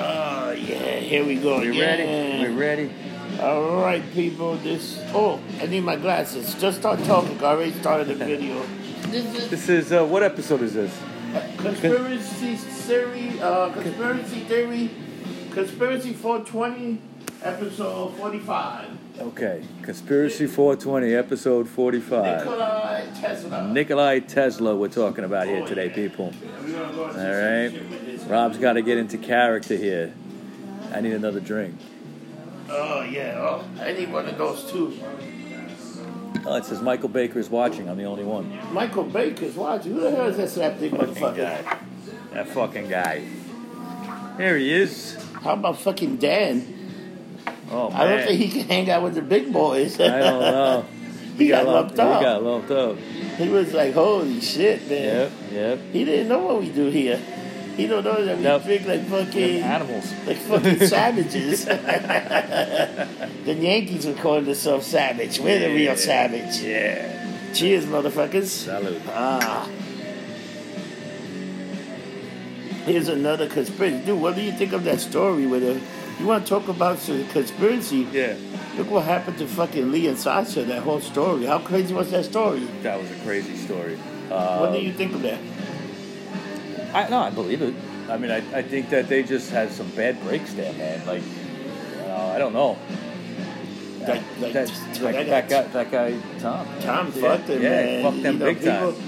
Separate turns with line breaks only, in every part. Oh, yeah, here we go.
We're
yeah.
ready. We're ready.
All right, people. This. Oh, I need my glasses. Just start talking. I already started the video. This is
This is uh, what episode is this?
conspiracy theory. Uh, conspiracy theory. Conspiracy 420, episode 45.
Okay, Conspiracy 420, episode 45.
Nikola Tesla.
Nikolai Tesla, we're talking about here
Oh,
today,
yeah.
people.
We're gonna go into
All
some
right,
shit with this.
Rob's got to get into character here. I need another drink.
Oh yeah. Oh, any one of those two.
Oh, it says Michael Baker is watching. I'm the only one.
Michael Baker's watching. Who the hell is that slapdick motherfucker?
That fucking guy. There he is.
How about fucking Dan?
Oh man.
I don't think he can hang out with the big boys.
I don't know.
he got
lumped-
lumped up.
He got lumped up.
He was like, "Holy shit, man!"
Yep, yep.
He didn't know what we do here. He don't know that we
Nope.
drink like fucking
Animals.
like fucking savages. the Yankees were calling themselves savage. We're the
Yeah.
real savage.
Yeah.
Cheers, motherfuckers.
Salute.
Ah. Here's another conspiracy. Dude, what do you think of that story with her? You want to talk about some conspiracy?
Yeah.
Look what happened to fucking Lee and Sasha, that whole story. How crazy was that story?
That was a crazy story.
what do you think of that?
Um, I no, I believe it. I mean, I, I think that they just had some bad breaks there, man. Like, uh, I don't know.
Like, like,
that,
like
that,
that
guy, that guy, Tom.
Tom
yeah,
fucked him,
yeah,
man.
fucked them
you know,
big time.
people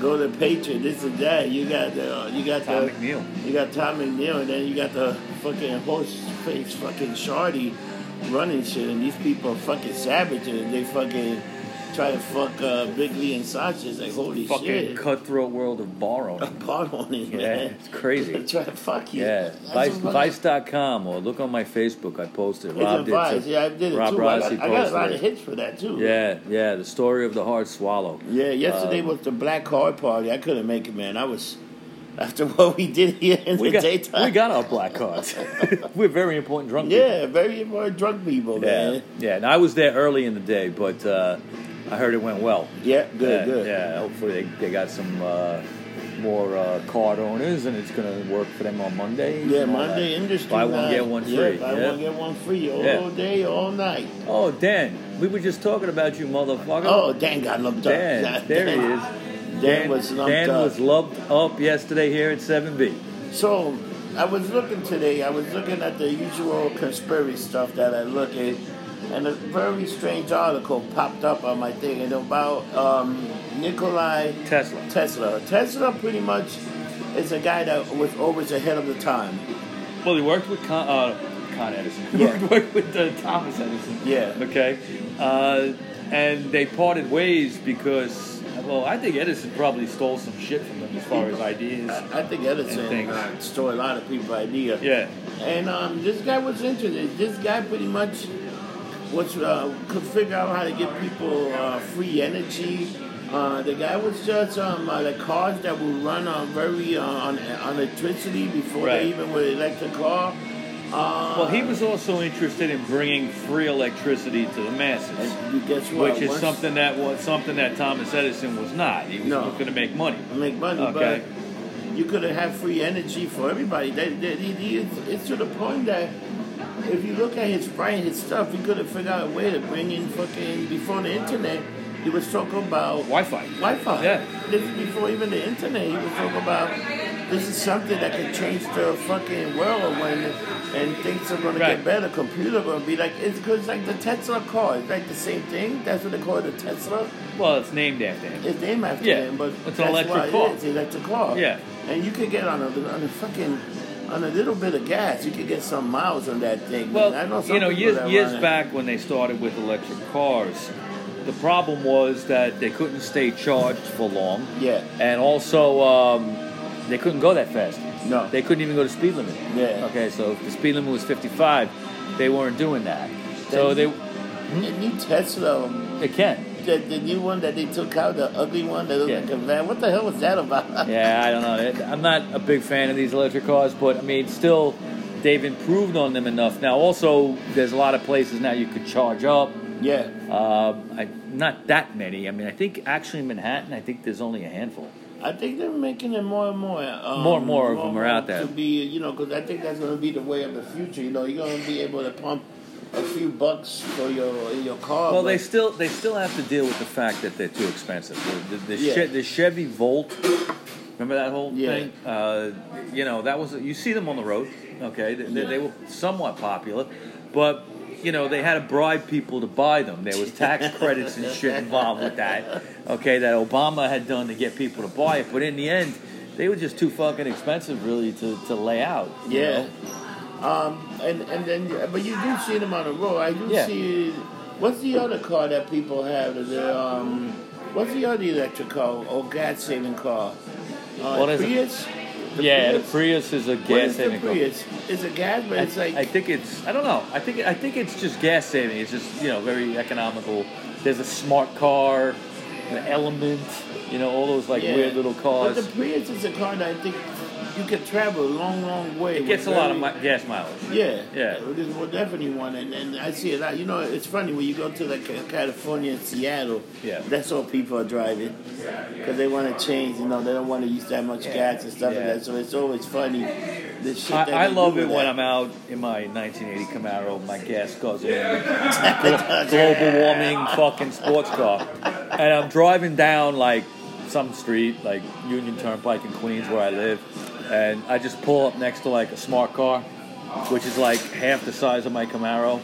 Go to Patriot, this and that. You got the, uh, you got
Tom
the,
McNeil.
you got Tom McNeil, and then you got the fucking horse face fucking Shardy running shit, and these people are fucking savages, and they fucking try to fuck uh, Big Lee and Sasha. It's like holy
Fucking
shit,
cutthroat world of borrowing.
part on it,
Yeah,
man.
it's crazy.
they try to fuck you.
Yeah,
That's
Vice,
a fucking-
Vice.com or look on my Facebook. I posted.
It's a
Rob did
Vice.
too.
Yeah, I did it
Rob
too. I got,
Rossi
I got a lot
posted
of
it.
hits for that too.
Yeah, yeah. The story of the hard swallow.
Yeah, yesterday
Um,
was the black card party. I couldn't make it, man. I was after what we did here in
We
the
got,
daytime.
we got our black cards. We're very important drunk people.
yeah, very important drunk people,
Yeah,
man.
yeah. And I was there early in the day, but uh, I heard it went well.
Yeah, good,
yeah,
good.
Yeah, hopefully they, they got some uh, more uh, card owners, and it's going to work for them on Monday. and
Yeah,
all
Monday
that.
industry.
Buy one
night.
get one
Yeah,
free.
buy one get one free all
Yeah.
day, all night.
Oh, Dan, we were just talking about you, motherfucker.
Oh, Dan got lumped
Dan,
up.
there he is.
Dan, was lumped
Dan
up.
was lumped up yesterday here at 7B.
So I was looking today. I was looking at the usual conspiracy stuff that I look at, and a very strange article popped up on my thing and about um, Nikolai
Tesla.
Tesla. Tesla pretty much is a guy that was always ahead of the time.
Well, he worked with Con, uh, Con Edison.
Yeah.
he worked with uh, Thomas Edison.
Yeah.
Okay. Uh, and they parted ways because, well, I think Edison probably stole some shit from him as far as ideas.
I, I think
And
Edison
things.
uh, stole a lot of people's idea.
Yeah.
And um, this guy was interested. This guy pretty much was uh, could figure out how to give people uh, free energy. Uh, the guy was just um, uh, the cars that would run on very uh, on, on electricity before
Right.
they even would elect a car. Uh,
Well, he was also interested in bringing free electricity to the masses,
and Uh, you guess what?
which is
Once
something that was something that Thomas Edison was not. He was
No.
looking to make money.
I make money,
Okay.
but you could have had free energy for everybody. That, that he, he is, it's to the point that if you look at his writing, his stuff, he could have figured out a way to bring in fucking before the internet. He was talking about
Wi-Fi.
Wi-Fi.
Yeah.
This is before even the internet. He was talking about this is something that could change the fucking world when and things are gonna
Right.
get better. Computer gonna be like it's because like the Tesla car. It's like the same thing. That's what they call it, the Tesla.
Well, it's named after him.
It's named after
Yeah,
him, but
it's an
that's
electric
why
car.
It is, electric car.
Yeah.
And you could get on a on a fucking on a little bit of gas, you could get some miles on that thing.
Well,
I know some
you know,
people
years,
that
years
run it.
back when they started with electric cars, the problem was that they couldn't stay charged for long.
Yeah.
And also, um, they couldn't go that fast.
No.
They couldn't even go to speed limit.
Yeah.
Okay, so if the speed limit was 55, they weren't doing that. So
Then
they,
The new Tesla,
they can.
the, the new one that they took out, the ugly one that looked
Yeah.
like a van. What the hell was that about?
Yeah, I don't know. It- I'm not a big fan of these electric cars, but I mean, still, they've improved on them enough. Now, also, there's a lot of places now you could charge up.
Yeah.
Um, I, not that many. I mean, I think actually in Manhattan, I think there's only a handful.
I think they're making it more and more. Um,
More and more of them are out there.
To be, you know, because I think that's going to be the way of the future. You know, you're going to be able to pump a few bucks for your your car.
Well,
but-
they still they still have to deal with the fact that they're too expensive. The, the, the,
Yeah.
Che- the Chevy Volt, remember that whole
Yeah.
thing? Uh, you know that was you see them on the road. Okay, they, they, they were somewhat popular, but you know they had to bribe people to buy them. There was tax credits and shit involved with that. Okay, that Obama had done to get people to buy it, but in the end, they were just too fucking expensive, really, to, to lay out. you
Yeah.
know?
Um, and and then, but you do see them on the road. I do
Yeah.
see. What's the other car that people have? Is it, um, what's the other electric car or gas saving car? Uh,
What is it?
Prius. The
yeah.
Prius?
The Prius is a
What is
gas
the
saving car.
Prius? It's a gas, but
I,
it's like
I think it's I don't know. I think I think it's just gas saving. It's just you know very economical. There's a smart car, an Element, you know all those like
yeah.
weird little
But
cars.
the Prius is a car that I think you could travel a long, long way.
It gets a
with
lot of
very-
mi- gas mileage.
Yeah,
Yeah.
This is definitely one, and, and I see it. lot. You know, it's funny when you go to like Ca- California and Seattle.
Yeah.
That's all people are driving because they want to change. You know, they don't want to use that much
Yeah.
gas and stuff
Yeah.
like that. So it's always funny. The shit that
I, I
they
love
do
it
with
when
that.
I'm out in my 1980 Camaro, my gas guzzling,
It
global warming fucking sports car, and I'm driving down like some street, like Union Turnpike in Queens where I live, and I just pull up next to like a smart car, which is like half the size of my Camaro,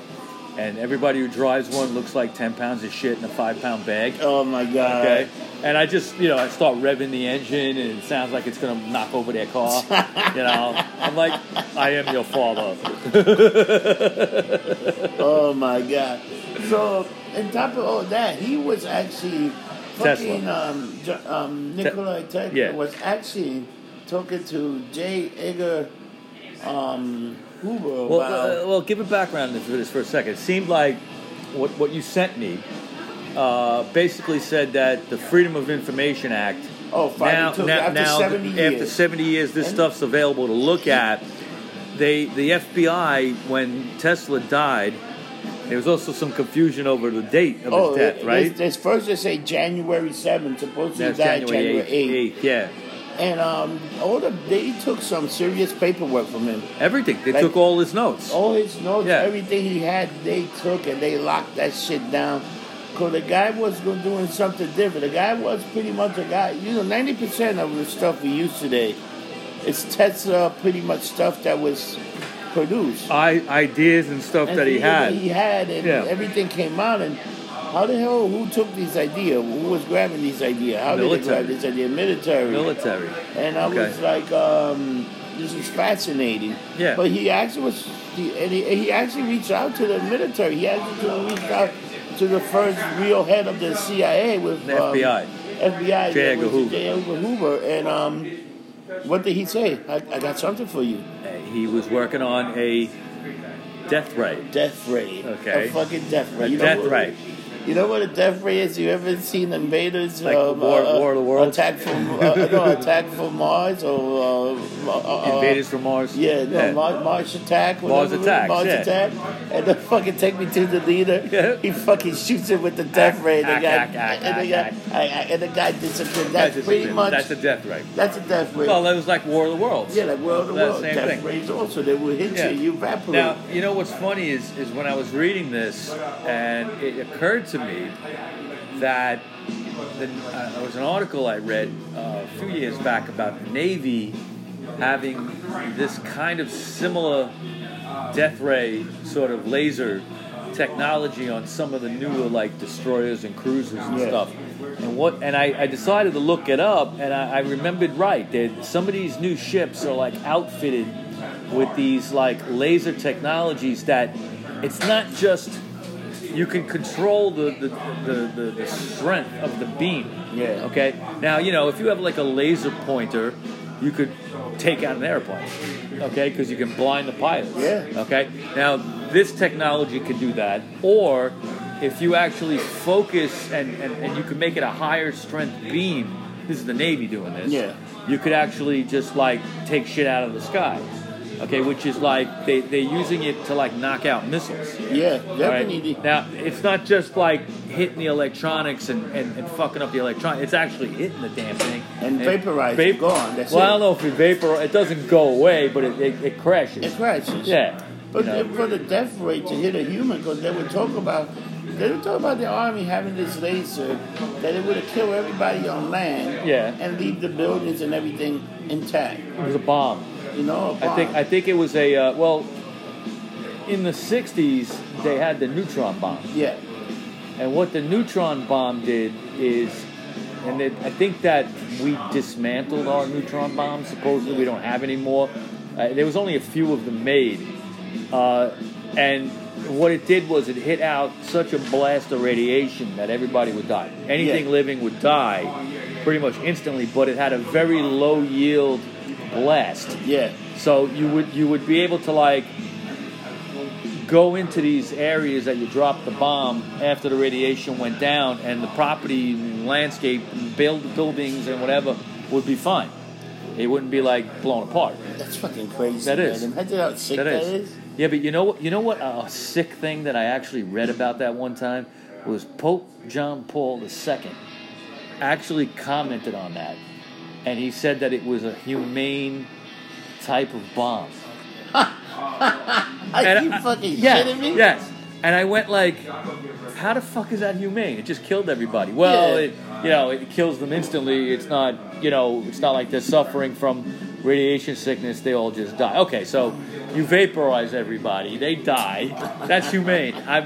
and everybody who drives one looks like 10 pounds of shit in a five pound bag.
Oh my god.
Okay. And I just, you know, I start revving the engine, and it sounds like it's gonna knock over their car. You know, I'm like, I am your father.
Oh my god. So on top of all that, he was actually
Tesla.
fucking um, J- um, Nikolai Tesla
yeah.
was actually talking to J. Edgar um, Hoover about.
Well, uh, well, give a background for this for a second. It seemed like what what you sent me uh, basically said that the Freedom of Information Act.
Oh, finally took- after 70
after
years.
70 years, this
And-
stuff's available to look at. They, the FBI, when Tesla died, there was also some confusion over the date of his death,
Oh, it-
right?
it's- it's first they say January 7th, supposed to
That's
die January, 8th.
8th, Yeah,
And um, all the, they took some serious paperwork from him.
everything. They
Like- Oh.
took all his notes.
All his notes,
Yeah.
everything he had, they took and they locked that shit down. Because the guy was go- doing something different. The guy was pretty much a guy, you know, 90% of the stuff we use today is Tesla, pretty much stuff that was produced.
I, ideas and stuff
And
that he
things that
had.
He had, and
Yeah.
everything came out. And how the hell? Who took this idea? Who was grabbing this idea? How did they
Military.
grab this idea? Military.
Military.
and I
Okay.
was like, um, this is fascinating.
Yeah.
But he actually was, he, and he, he actually reached out to the military. He actually reached out to the first real head of the CIA with
The
um,
FBI.
FBI.
J.
yeah,
Edgar
with
Hoover.
J. Edgar Hoover. And um, what did he say? I, I got something for you.
Uh, He was working on a death ray.
death ray.
Okay.
A fucking death ray.
A
You know
death
what-
ray.
You know what a death ray is? You ever seen invaders?
Like
um,
War-
uh,
War of the Worlds?
Attack from uh, no, attack from Mars or uh, uh, uh,
Invaders from Mars.
Yeah, no, Mar- Mars attack.
Mars
whatever,
attacks,
Mars
yeah.
attack. And then fucking take me to the leader.
Yeah.
He fucking shoots it with the death ray. The
ack,
guy,
ack, ack,
and, the
ack,
guy I, I, and the guy disappeared.
That's,
That's,
just
pretty
a,
much
that's a death ray.
that's a death ray.
Well, that was like War of the Worlds.
yeah, like world to
That's the
world
same
death
thing.
rays. Also, they will hit
Yeah.
you. You evaporate.
Now, you know what's funny is is when I was reading this, and it occurred to me that the, uh, there was an article I read uh, a few years back about the Navy having this kind of similar death ray sort of laser technology on some of the newer like destroyers and cruisers and
Yeah.
stuff. And what? And I, I decided to look it up, and I, I remembered right that some of these new ships are like outfitted with these like laser technologies that it's not just you can control the the, the, the, the strength of the beam.
Yeah.
Okay. Now you know if you have like a laser pointer, you could take out an airplane. Okay, because you can blind the pilots.
Yeah.
Okay. Now this technology could do that, or if you actually focus and, and, and you can make it a higher strength beam. This is the Navy doing this.
Yeah.
You could actually just like take shit out of the sky. okay, which is like they, they're using it to like knock out missiles.
Yeah,
all right?
definitely.
Now, it's not just like hitting the electronics and, and, and fucking up the electronics. It's actually hitting the damn thing.
And vaporize it, gone, that's
well, I
it.
don't know if it vapor. It doesn't go away, but it, it, it crashes.
It crashes.
Yeah.
But
you know.
for the death rate to hit a human, because they would talk about, they would talk about the army having this laser that it would have killed everybody on land
Yeah.
and leave the buildings and everything intact.
it was a bomb.
You know, a
I think
bomb.
I think it was a uh, well. In the '60s, they had the neutron bomb.
yeah,
And what the neutron bomb did is, and it, I think that we dismantled our neutron bombs. Supposedly, we don't have any more. Uh, there was only a few of them made, uh, and what it did was it hit out such a blast of radiation that everybody would die. Anything
Yeah.
living would die, pretty much instantly. But it had a very low yield blast.
yeah,
So you would you would be able to like go into these areas that you dropped the bomb after the radiation went down, and the property, and landscape, and build buildings, and whatever would be fine. It wouldn't be like blown apart.
that's fucking crazy.
That is.
Man. Imagine how sick
That is.
that is.
Yeah, but you know what? You know what? A sick thing that I actually read about that one time was Pope John Paul II actually commented on that, and he said that it was a humane type of bomb.
Are
And
you
I-
fucking
yeah,
kidding me?
Yes. And I went like, how the fuck is that humane? It just killed everybody. Well,
Yeah.
it, you know, it kills them instantly. It's not, you know, it's not like they're suffering from radiation sickness. They all just die. Okay, so you vaporize everybody. They die. That's humane. I,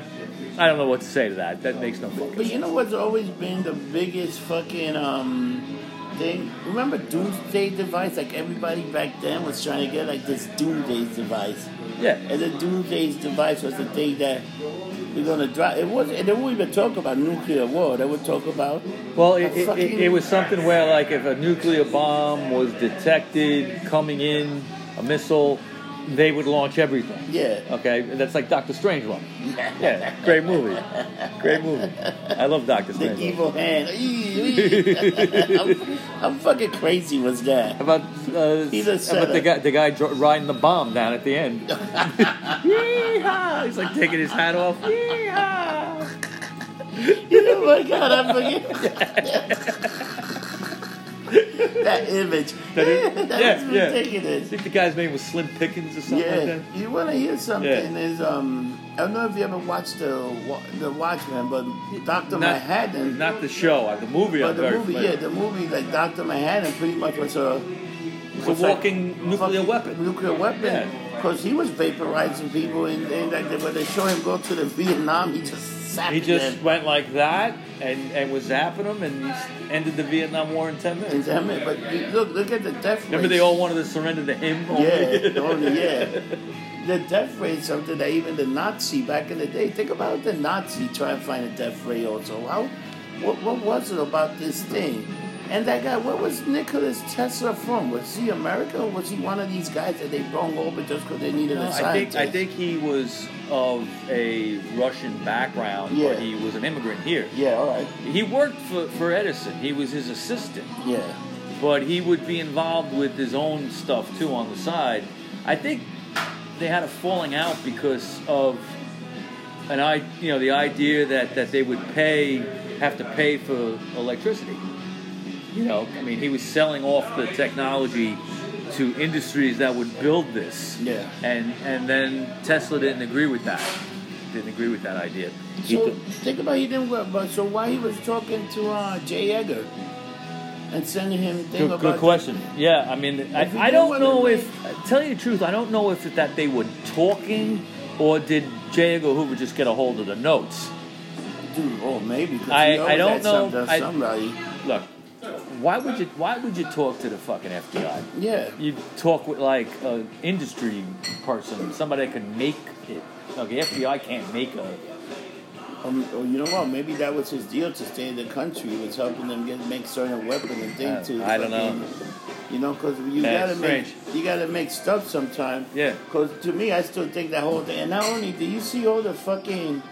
I don't know what to say to that. That makes no fucking
But you know what's always been the biggest fucking um thing? Remember Doomsday device? Like everybody back then was trying to get like this Doomsday device.
Yeah.
And the Doomsday's device was the thing that we're gonna drop. It was. They wouldn't even talk about nuclear war. They would talk about
Well, it,
a
it,
fucking-
it, it was something where, like, if a nuclear bomb was detected coming in, a missile, they would launch everything.
yeah.
Okay, that's like Doctor Strangelove. Yeah, great movie. Great movie. I love Doctor
The
Strangelove.
evil hand. I'm, I'm fucking crazy. Was that?
How about, uh,
He's a
how about the
setup.
guy, the guy dro- riding the bomb down at the end? Yeehaw! He's like taking his hat off. Yeehaw!
oh my god! I forget that image.
That is-
that
yeah,
was
yeah. I
ridiculous.
think the guy's name was Slim Pickens or something like
Yeah,
that.
you want to hear something?
Yeah.
Is um, I don't know if you ever watched the Wa- the Watchmen, but Doctor Manhattan.
Not the show, uh, the movie.
But
I'm
the
very
movie,
familiar.
yeah, the movie, like Doctor Manhattan, pretty much was a
It's
was
a
like
walking nuclear
fucking
weapon.
Nuclear weapon,
Yeah.
because he was vaporizing people, and, and like when they show him go to the Vietnam, he just sapped
He just
them.
went like that and, and was zapping them and ended the Vietnam War in 10 minutes.
And damn it, but you- look, look at the death.
Remember, they
rates.
all wanted to surrender to him.
Yeah, only yeah. The death rate is something that even the Nazi back in the day. Think about the Nazi trying to find a death ray also. How, what, what was it about this thing? And that guy, where was Nikola Tesla from? Was he America or was he one of these guys that they brought over just because they needed a
I think
scientist?
I think he was of a Russian background,
Yeah.
but he was an immigrant here.
Yeah, all right.
He worked for, for Edison. He was his assistant,
Yeah.
but he would be involved with his own stuff too on the side. I think they had a falling out because of an I you know the idea that, that they would pay have to pay for electricity. You know, I mean, he was selling off the technology to industries that would build this.
Yeah.
And and then Tesla didn't agree with that. Didn't agree with that idea. He
So
th-
think about he didn't work, but so why he was talking to uh, Jay Edgar and sending him thing
Good,
about
good question. Yeah, I mean,
If you
I, I
know
don't
what
know
it
if. Tell you the truth, I don't know if that they were talking, or did J. Edgar Hoover just get a hold of the notes?
Dude, oh maybe. 'cause he
I- I
always
don't
had
know.
something-
I-
somebody.
Look, why would you why would you talk to the fucking FBI?
Yeah.
You talk with like an industry person, somebody that can make it. Look, the FBI can't make a.
Um, oh, you know what? Maybe that was his deal to stay in the country. was helping them get make certain weapon and thing
Uh,
to.
I don't know.
fucking- You know, because you
That's
gotta make
strange.
you gotta make stuff sometime.
Yeah.
Because to me, I still think that whole thing. And not only do you see all the fucking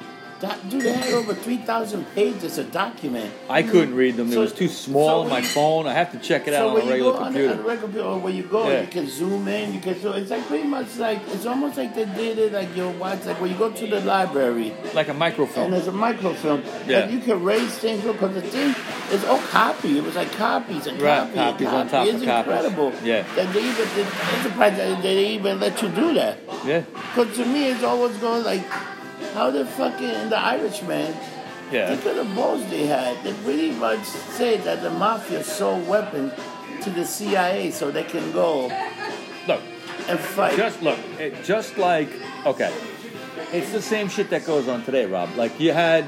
That dude they had over three thousand pages of document.
I couldn't read them. It
So-
was too
so
small on my
we-
phone. I have to check it out
so
on
when
a
you go
regular
on the, on the
computer.
regular computer, or when you go,
Yeah.
you can zoom in. You can so it's like pretty much like it's almost like they did it like your watch. Like when you go to the library
Like a
and
microfilm.
there's a microfilm,
Yeah.
and you can raise things because the thing is all copy. It was like copies and
Right,
copy
copies on
and
top
copy.
of
It's
copies.
incredible.
Yeah.
That they even the enterprise that they even let you do that.
Yeah.
Because to me, it's always going like, how the fucking and the Irishman.
Yeah.
Look at the balls they had. They pretty much said that the mafia sold weapons to the CIA so they can go
Look,
and fight.
just look, it, just like okay, it's the same shit that goes on today, Rob. Like you had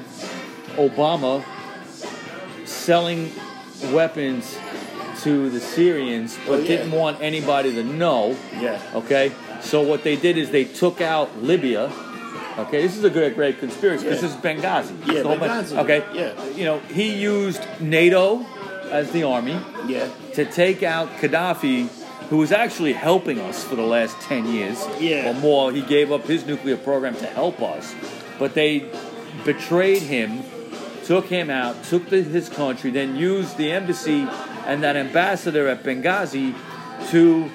Obama selling weapons to the Syrians, but
Oh, yeah.
didn't want anybody to know.
Yeah.
Okay. So what they did is they took out Libya. Okay, this is a great, great conspiracy. This
Yeah.
is Benghazi.
Yeah,
So much-
Benghazi.
Okay.
Yeah.
You know, he used NATO as the army
yeah,
to take out Gaddafi, who was actually helping us for the last 10 years
Yeah.
or more. He gave up his nuclear program to help us, but they betrayed him, took him out, took the, his country, then used the embassy and that ambassador at Benghazi to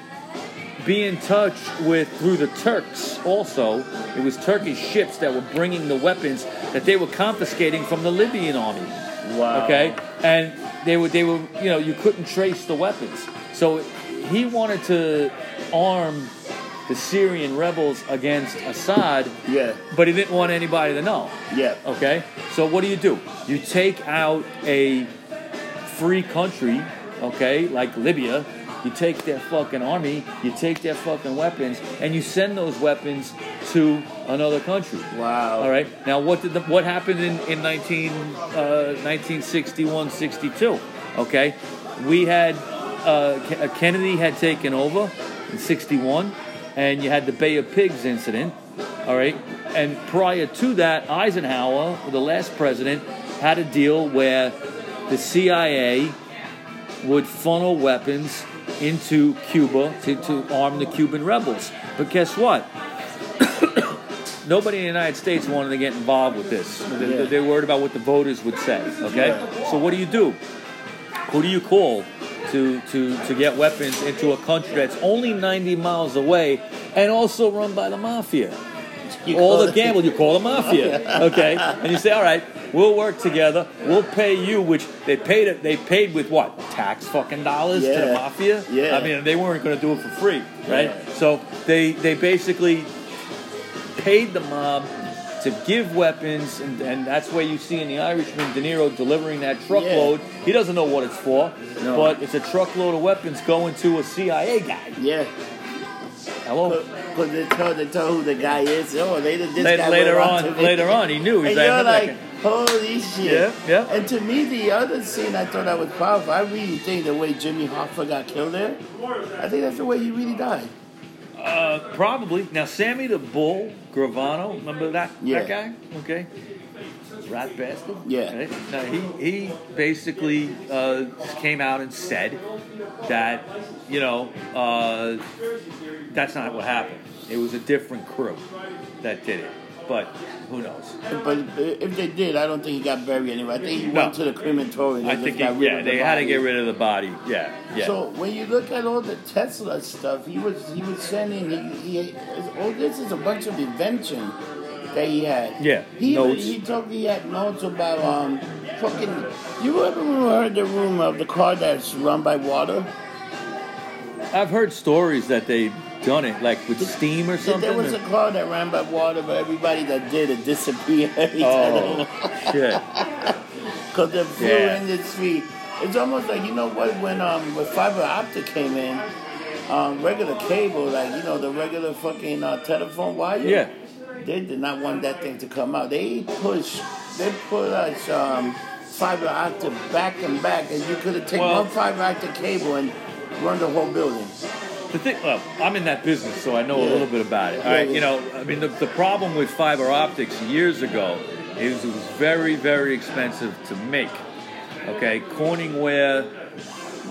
be in touch with through the Turks also. It was Turkish ships that were bringing the weapons that they were confiscating from the Libyan army.
wow.
Okay, and they were they were you know you couldn't trace the weapons. So he wanted to arm the Syrian rebels against Assad,
Yeah,
but he didn't want anybody to know.
yeah,
Okay, so what do you do? You take out a free country, okay, like Libya. You take their fucking army, you take their fucking weapons, and you send those weapons to another country.
wow.
All right. Now, what did the, what happened in in 19, uh, 1961, 62? Okay, we had uh, Ke- uh, Kennedy had taken over in 61, and you had the Bay of Pigs incident. All right, and prior to that, Eisenhower, the last president, had a deal where the CIA would funnel weapons into Cuba to, to arm the Cuban rebels. But guess what? Nobody in the United States wanted to get involved with this. They-
Yeah.
They're worried about what the voters would say. Okay, so what do you do? Who do you call to to to get weapons into a country that's only 90 miles away and also run by the mafia?
You
all
call
the
it-
gamble you call the mafia okay and you say all right we'll work together we'll pay you which they paid it they paid with what tax fucking dollars to the
Yeah.
mafia
Yeah.
i mean they weren't going to do it for free right
Yeah.
so they they basically paid the mob to give weapons, and, and that's where you see in the Irishman De Niro delivering that truckload. He doesn't know what it's for,
No.
but it's a truckload of weapons going to a CIA guy.
Yeah,
Hello.
because they tell they tell who the guy is. Oh, they this
Later,
guy
later
went to
on,
me.
later on, he knew.
And
He's like,
you're
"Wait a
like,
second."
holy shit.
Yeah, yeah.
And to me, the other scene I thought that was powerful. I really think the way Jimmy Hoffa got killed there, I think that's the way he really died.
Uh, probably. Now, Sammy the Bull Gravano, remember that,
Yeah.
that guy? Okay. Rat bastard.
Yeah.
Right? Now, he, he basically uh, came out and said that, you know, uh, that's not what happened. It was a different crew that did it. But who knows?
But if they did, I don't think he got buried anyway. I think he
No.
went to the crematory. and
I
just
think,
got
it-
rid
yeah,
of the
they had to
body.
get rid of the body. Yeah, yeah.
So when you look at all the Tesla stuff, he was he was sending he, he all this is a bunch of invention that he had.
Yeah,
he
notes.
he talked he had notes about um fucking. You ever heard the rumor of the car that's run by water?
I've heard stories that they've done it, like with steam or something.
There was
or-
a car that ran by water, but everybody that did it disappeared. every time.
oh, shit.
Because the fuel
Yeah.
industry, it's almost like you know what when um when fiber optic came in, um regular cable like you know the regular fucking uh, telephone wire.
Yeah.
They did not want that thing to come out. They push, they put us um fiber optic back and back, and you could have taken
Well-
one fiber optic cable and run the whole building.
The thing, well, I'm in that business, so I know a
Yeah.
little bit about it. All
Yeah,
right,
yeah.
you know, I mean, the, the problem with fiber optics years ago is it was very, very expensive to make. Okay, Corning where,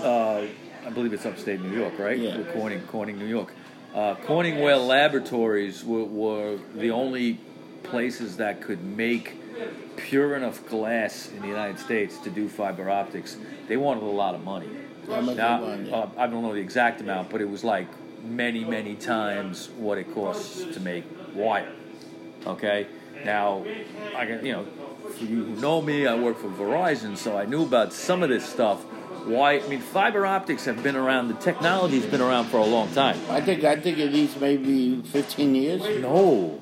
uh, I believe it's upstate New York, right?
Yeah.
With Corning, Corning, New York. Uh, Corning Laboratories were, were the only places that could make pure enough glass in the United States to do fiber optics, they wanted a lot of money.
How much
Now,
they wanted?
uh, I don't know the exact amount, but it was like many, many times what it costs to make wire. Okay? Now, I can, you know, for you who know me, I work for Verizon, so I knew about some of this stuff. Why? I mean, fiber optics have been around, the technology's been around for a long time.
I think I think at least maybe 15 years
No,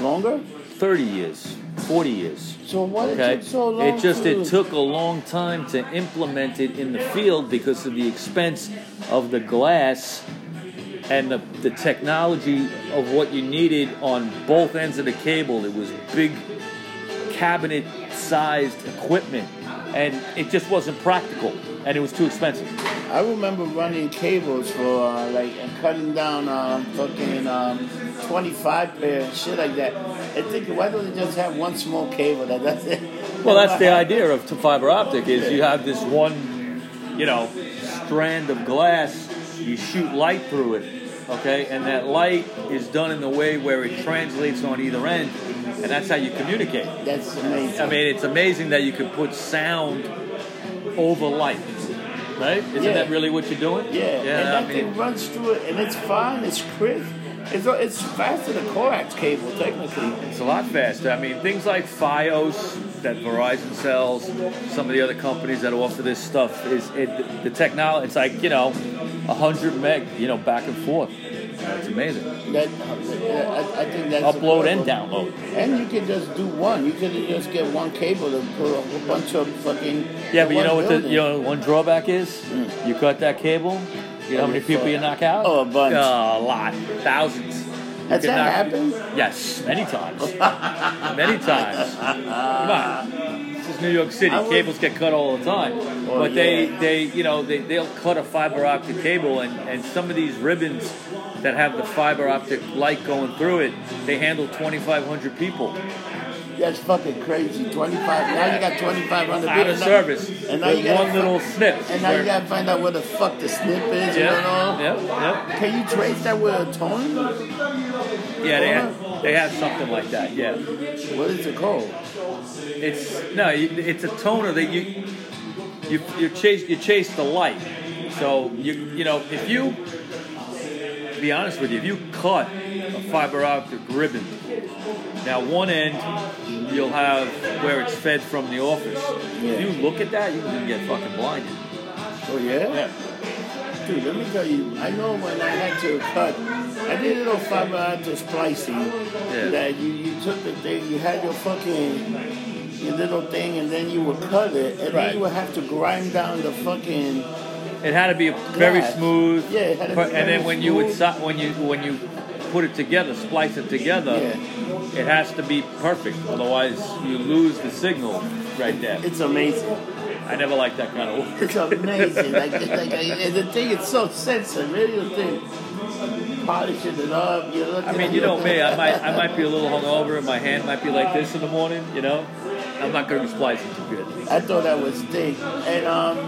longer.
30 years, 40 years.
So what it
Okay.
took so long?
It just
to,
it took a long time to implement it in the field because of the expense of the glass and the, the technology of what you needed on both ends of the cable. It was big cabinet sized equipment and it just wasn't practical and it was too expensive.
I remember running cables for uh, like and cutting down um, fucking um, 25 pair and shit like that. I think why don't they just have one small cable? That, that's it.
Well, that's the idea of t- fiber optic is you have this one, you know, strand of glass. You shoot light through it, okay, and that light is done in the way where it translates on either end, and that's how you communicate.
That's amazing.
I mean, it's amazing that you can put sound over light, right? Isn't
Yeah.
that really what you're doing?
Yeah, and
Yeah,
that
I
thing
mean,
runs through it, and it's fine, it's crisp. It's, it's faster than coax cable, technically.
it's a lot faster. I mean, things like FiOS that Verizon sells, some of the other companies that offer this stuff is it, the technology. It's like you know, hundred meg, you know, back and forth. It's amazing.
That, I, I think that's
Upload and
incredible.
download.
And you can just do one. You can just get one cable to put a whole bunch of fucking.
Yeah, but you
one
know what the
building.
you know one drawback is? You cut that cable. You know how many people you knock out?
Hmm. Oh, a bunch.
Uh, a lot, thousands. You
Has
can
that
knock-
happened?
Yes, many times. many times. Come on. This is New York City.
I would-
Cables get cut all the time.
Oh,
but they,
yeah.
they, you know, they, they'll cut a fiber optic cable and, and some of these ribbons that have the fiber optic light going through it, they handle 2,500 people
That's fucking crazy. 25. Now you got 2,500
out of
videos.
service
And now you
with
gotta
one
fi-
little snip.
And now you got to find out where the fuck the snip is, you
Yeah,
know?
yeah, yeah.
Can you trace that with a tone?
Yeah, they have, they have something like that. Yeah,
What is it called?
it's no, you- it's a toner that you you you chase you chase the light. So you you know if you to be honest with you, if you cut a fiber optic ribbon, now one end you'll have where it's fed from the office. If you look at that, you can get fucking blinded.
Oh, yeah? Dude, let me tell you, I know when I had to cut, I did a little fiber optic splicing. That you, you took the thing, you had your fucking your little thing, and then you would cut it, and then
Right.
you would have to grind down the fucking.
It had to be very
Yeah.
smoood.
Yeah, it had to be
but- and
very
then when you would
smooth.
si- when you when you put it together, splice it together,
Yeah.
it has to be perfect. Otherwise, you lose the signal right there.
It's amazing.
I never liked that kind of work.
It's amazing. like, like, and the thing is so sensitive. Really, the thing polishing it up. You're looking.
I
at
mean, you know
your-
me. I might I might be a little hungover, and my hand might be like this in the morning. You know, I'm not going to be splicing too good.
I thought that was thick, and um,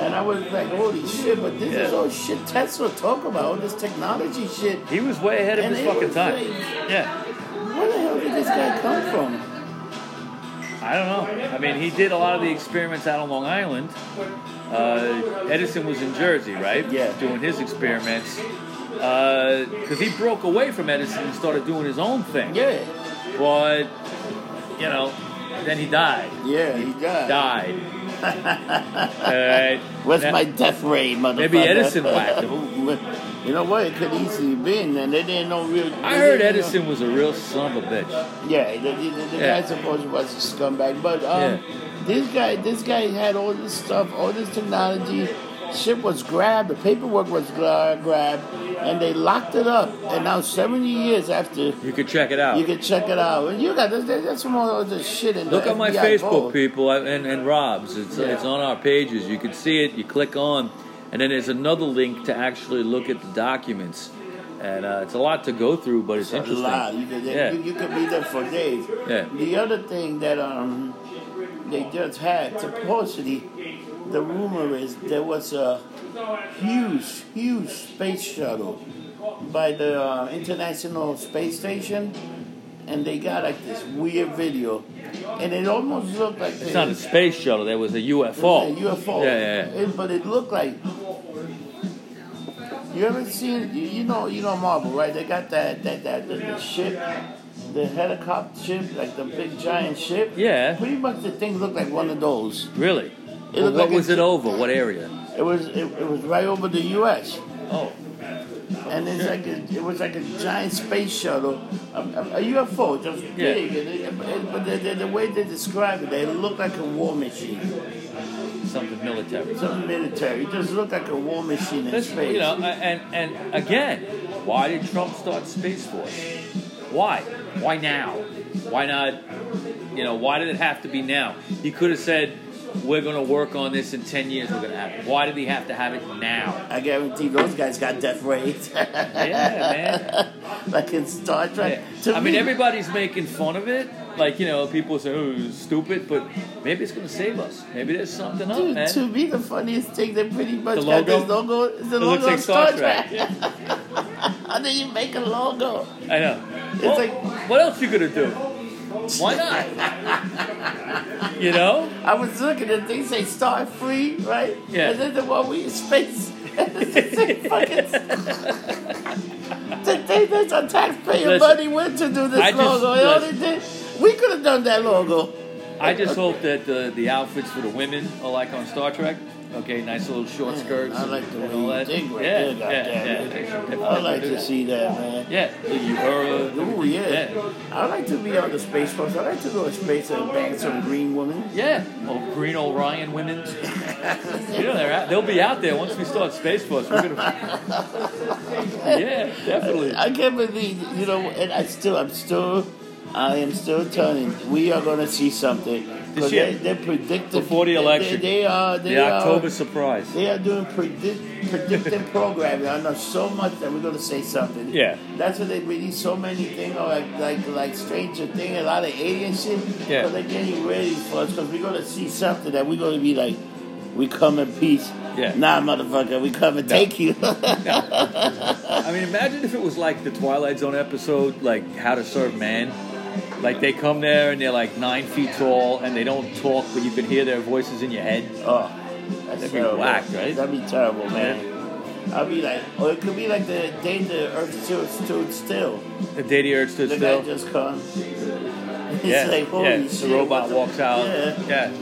and I was like, holy shit! But this is
Yeah.
all shit Tesla talk about. All this technology shit.
He was way ahead of
And
his
it
fucking
was
time.
like-
Yeah.
Where the hell did this guy come from?
I don't know. I mean, he did a lot of the experiments out on Long Island. Uh, Edison was in Jersey, right?
Yeah.
Doing his experiments. Because he broke away from Edison and started doing his own thing.
Yeah,
But, you know, then he died.
yeah, he died.
Died. All right.
What's
Now-
my death rate, motherfucker?
Maybe Edison whacked
you know what? It could easily been, and they didn't know real.
I
they didn't
heard
know-
Edison was a real son of a bitch.
Yeah, the, the, the, the
Yeah.
guy supposedly was a scumbag, but um, this guy, this guy had all this stuff, all this technology. Shit was grabbed, the paperwork was gra- grabbed, and they locked it up. And now, seventy years after,
You could check it out.
you can check it out. And you got this, that's from all this shit. In
Look
the
on my
FBI
Facebook,
vault.
people, I- and, and Rob's. It's,
Yeah.
it's on our pages. You can see it. You click on, and then there's another link to actually look at the documents. And uh, it's a lot to go through, but it's,
a
interesting.
lot. You could,
Yeah.
you, you could be there for days.
Yeah.
The other thing that um they just had supposedly, the rumor is there was a huge, huge space shuttle by the uh, International Space Station and they got like this weird video, and it almost looked like
It's not a space shuttle. There was a UFO.
Yeah, UFO.
Yeah, yeah, yeah.
It- but it looked like. You ever seen? You, you know, you know Marvel, right? They got that that that the, the ship, the helicopter ship, like the big giant ship.
Yeah.
Pretty much the thing looked like one of those.
Really?
It
Well,
looked
what
like
was
a-
it over? What area?
It was it, it was right over the U.S.
Oh,
and it's like a, it was like a giant space shuttle, a, a, a UFO, just
Yeah.
big. And it, but it- but the, the, the way they describe it, they look like a war machine,
something military.
something military. It just looked like a war machine in
That's,
space.
you know, a- and and again, why did Trump start Space Force? Why? Why now? Why not? You know, why did it have to be now? He could have said, "We're going to work on this in ten years. We're going to have it." Why did he have to have it now?
I guarantee those guys got death rates.
Yeah,
like in Star Trek. To
I mean,
me-
everybody's making fun of it. Like you know, people say, "Oh, it's stupid," but maybe it's going to save us. Maybe there's something up,
Dude,
man.
to me, the funniest thing they pretty much
The
got
logo?
this logo. It's the
It
logo
looks like
of Star,
Star Trek.
Trek. How do you make a logo?
I know.
It's
Well,
like-
what else you gonna do? Why not? you know?
I was looking at things say star free, right?
Yeah.
And then the one we space. it's the same fucking. the thing that's our taxpayer
Listen,
money went to do this
I just-
logo. and all they did, we could have done that logo.
I just hope that the the outfits for the women are like on Star Trek. Okay, nice little short skirts.
I like the
and
way
all
you
that.
dig right
yeah,
there, goddamn it.
yeah, yeah.
I like to see that, man.
Yeah, the Uhura.
Ooh, yeah. I like to be on the Space Force. I like to go to space and bang some green woman.
Yeah, oh, green Orion women. you know they're out, they'll be out there once we start Space Force. We're gonna. yeah, definitely.
I can't believe, you know, and I still, I'm still, I am still telling. We are going to see something. 'Cause
year.
They, they're predicting.
Before the
they-
election.
They, they are, they
The
are,
October surprise.
They are doing predict, predictive programming. I know so much that we're going to say something.
Yeah.
That's what they release so many things, or like, like, like Stranger Thing, a lot of alien shit.
Yeah.
But they're getting ready for us because we're going to see something that we're going to be like, we come in peace.
Yeah.
Nah, motherfucker, we come and take you. Oh,
I mean, imagine if it was like the Twilight Zone episode, like How to Serve Man. Like they come there and they're like nine feet tall and they don't talk, but you can hear their voices in your head.
Oh, that's
That'd be
terrible.
whack, right?
That'd be terrible, man. I'd be like, or it could be like the day the Earth stood, stood still.
The day the earth stood
The
still.
guy just comes. It's
yeah,
like, holy
yeah.
shit.
the robot
what the-
walks out.
Yeah.
Yeah.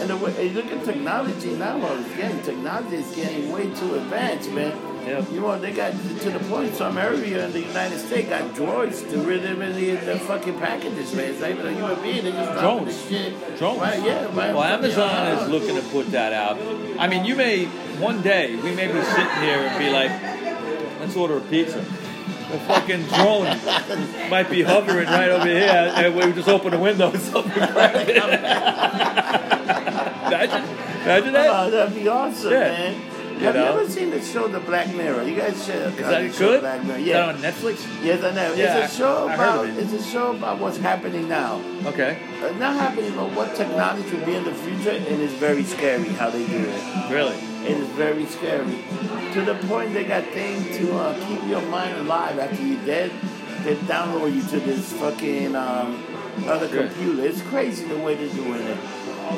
And the way, and look at technology now. What it's getting, technology is getting way too advanced, man.
Yep.
You know, they got to the point some area in the United States got droids to rid them in the, the fucking packages, man. It's not even a human being. They just dropping
Drones.
the shit.
Drones.
Right, yeah, right.
Well, Amazon is looking to put that out. I mean, you may, one day, we may be sitting here and be like, let's order a pizza. The fucking drone might be hovering right over here, and we just open the window and something grab it. Imagine, imagine that.
Oh, that'd be awesome,
Yeah.
man.
You
Have
know?
you ever seen the show The Black Mirror? You guys should.
Is that
the show
good?
Black Mirror.
Is
Yeah.
that on Netflix?
Yes, I know.
Yeah, I-
it's a show
I heard
about.
of it.
It's a show about what's happening now.
Okay.
Uh, not happening, but what technology will be in the future, and it's very scary how they do it.
Really?
It is very scary. To the point they got things to uh, keep your mind alive after you're dead. They download you to this fucking um, other
Sure.
computer. It's crazy the way they're doing it.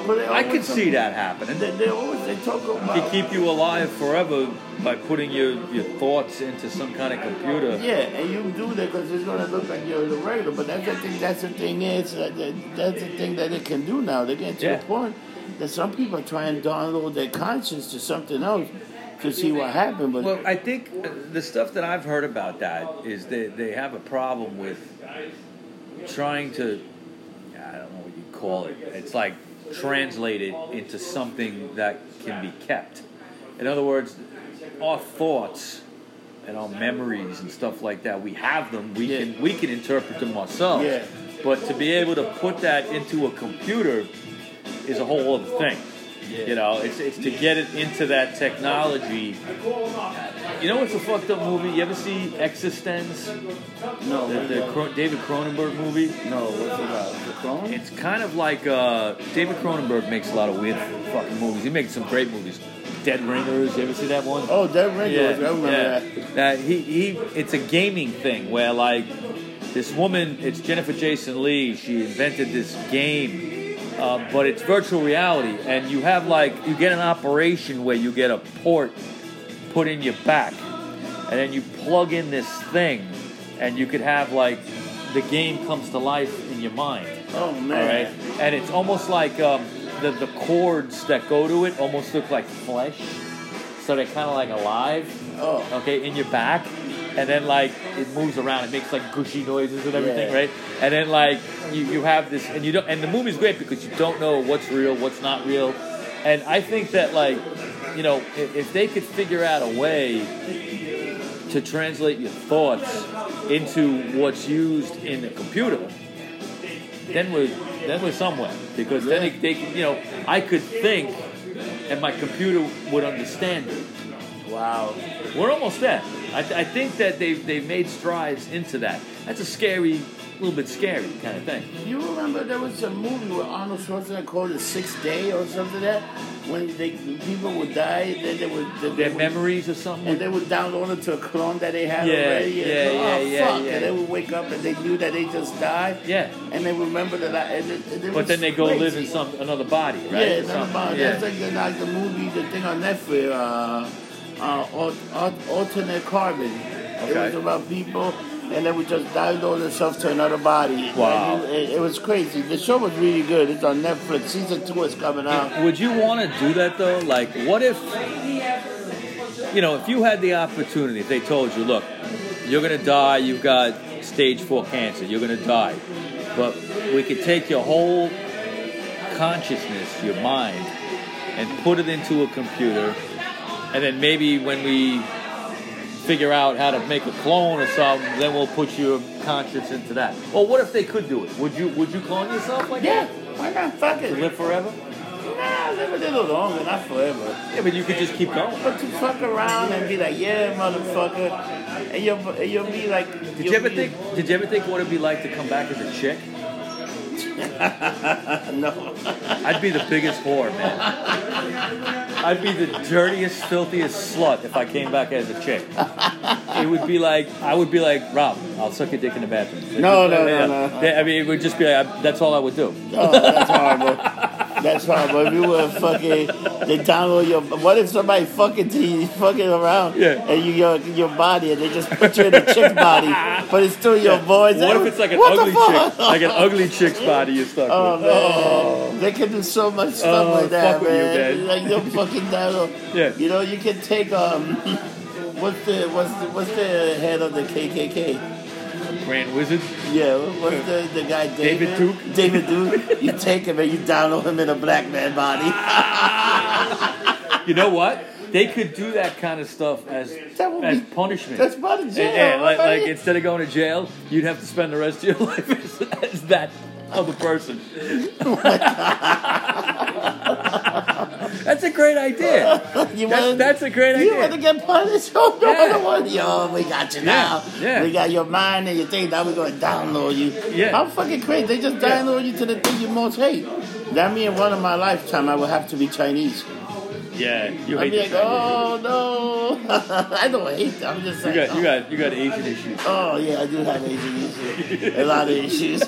But they
I could
always-
see that happening.
They, they always they talk about.
To keep you alive forever by putting your, your thoughts into some kind of computer.
Yeah, and you do that because it's gonna look like you're the regular. But that's the thing. That's the thing is that that- that's the thing that it can do now. They're getting to
Yeah.
the point that some people try and download their conscience to something else to see what happened. But
Well, I think uh, the stuff that I've heard about that is they they have a problem with trying to I don't know what you call it. It's like translated into something that can be kept. In other words, our thoughts and our memories and stuff like that, we have them. We
Yeah.
can we can interpret them ourselves.
Yeah.
But to be able to put that into a computer is a whole other thing. You know, it's, it's to get it into that technology. You know what's a fucked up movie? You ever see Existence?
no,
The, the Cro- David Cronenberg movie?
no, what's it about? The clone?
It's kind of like uh, David Cronenberg makes a lot of weird fucking movies. He makes some great movies. Dead Ringers, you ever see that one?
oh, that ring. I remember
yeah.
that.
Now, he, he, it's a gaming thing where like This woman, it's Jennifer Jason Lee. She invented this game, uh, but it's virtual reality, and you have like you get an operation where you get a port put in your back, and then you plug in this thing, and you could have like the game comes to life in your mind.
Oh
All right,
man.
and it's almost like um, the the cords that go to it almost look like flesh, so they're kind of like alive.
Oh.
Okay, in your back, and then like it moves around. It makes like gushy noises and everything,
Yeah.
right? And then like you, you have this, and you don't. And the movie's great because you don't know what's real, what's not real, and I think that like you know if, if they could figure out a way to translate your thoughts into what's used in the computer, then we're then we're somewhere because then it, they can- you know I could think and my computer would understand it.
Wow.
We're almost there. I, th- I think that they've they've made strides into that. That's a scary, little bit scary kind of thing.
You remember there was a movie where Arnold Schwarzenegger called it Sixth Day or something like that? When they people would die, then they would then they
Their
would,
memories or something.
and they would download it to a clone that they had
Yeah,
already.
yeah,
and, oh,
yeah, yeah,
fuck.
yeah.
And they would wake up and they knew that they just died.
Yeah.
And they remember that. I, and it, and it
but
was
then they go
crazy.
live in some another body, right?
Yeah,
Or
it's
something.
about
Yeah.
that's like the, like the movie, the thing on Netflix, uh, uh, Al- Al- alternate carbon. It
Okay.
was about people, and they would just download themselves to another body.
Wow.
Like, it, it was crazy. The show was really good. It's on Netflix. Season two is coming out.
Would you want to do that though? Like, what if, you know, if you had the opportunity, if they told you, look, you're going to die, you've got stage four cancer, you're going to die, but we could take your whole consciousness, your mind, and put it into a computer, and then maybe when we figure out how to make a clone or something, then we'll put your conscience into that. Or what if they could do it? Would you would you clone yourself like
Yeah,
that?
why not? Fuck
To
it.
live forever?
Nah, live a little longer, not forever.
Yeah, but you could just keep going.
But to fuck around and be like, yeah, motherfucker, and you'll, and you'll be like,
Did you ever think? Did you ever think what it'd be like to come back as a chick?
no.
I'd be the biggest whore, man. I'd be the dirtiest, filthiest slut if I came back as a chick. It would be like I would be like Rob. I'll suck your dick in the bathroom.
No, no, no, no.
Yeah, I mean, it would just be like I, that's all I would do.
Oh, that's horrible. That's horrible. If you were fucking, they download your. What if somebody fucking to you, fucking around,
Yeah.
and you your your body, and they just put you in a chick's body, but it's still your voice.
What if it's like an
What the
ugly
fuck?
chick, like an ugly chick's body you're stuck
Oh
with?
man, they can do so much stuff
Oh,
like that,
fuck with you,
man.
man.
Like you fucking download.
Yeah.
You know, you can take um, what's the what's the, what's the head of the KKK?
Grand wizard.
Yeah, what's the, the guy David?
David Duke?
David Duke. You take him and you download him in a black man body.
You know what? They could do that kind of stuff as
That would
as
be-
punishment.
that's part of jail,
Yeah, like,
right?
like instead of going to jail, you'd have to spend the rest of your life as, as that other person. that's a great idea.
You
That's-
wanna-
that's a great
You
idea.
want to get punished? Oh, no,
Yeah.
no, one. Yo, we got you now.
yeah.
We got your mind and your thing. Now we're going to download you.
Yeah.
How fucking crazy. They just download you to the thing you most hate. That means one of my lifetime I will have to be Chinese.
Yeah, you
I'd
hate
be like,
this idea.
oh, no. I don't hate them. I'm just
You
like,
got
oh.
you got you got Asian issues.
Oh yeah, I do have Asian issues. A lot of issues.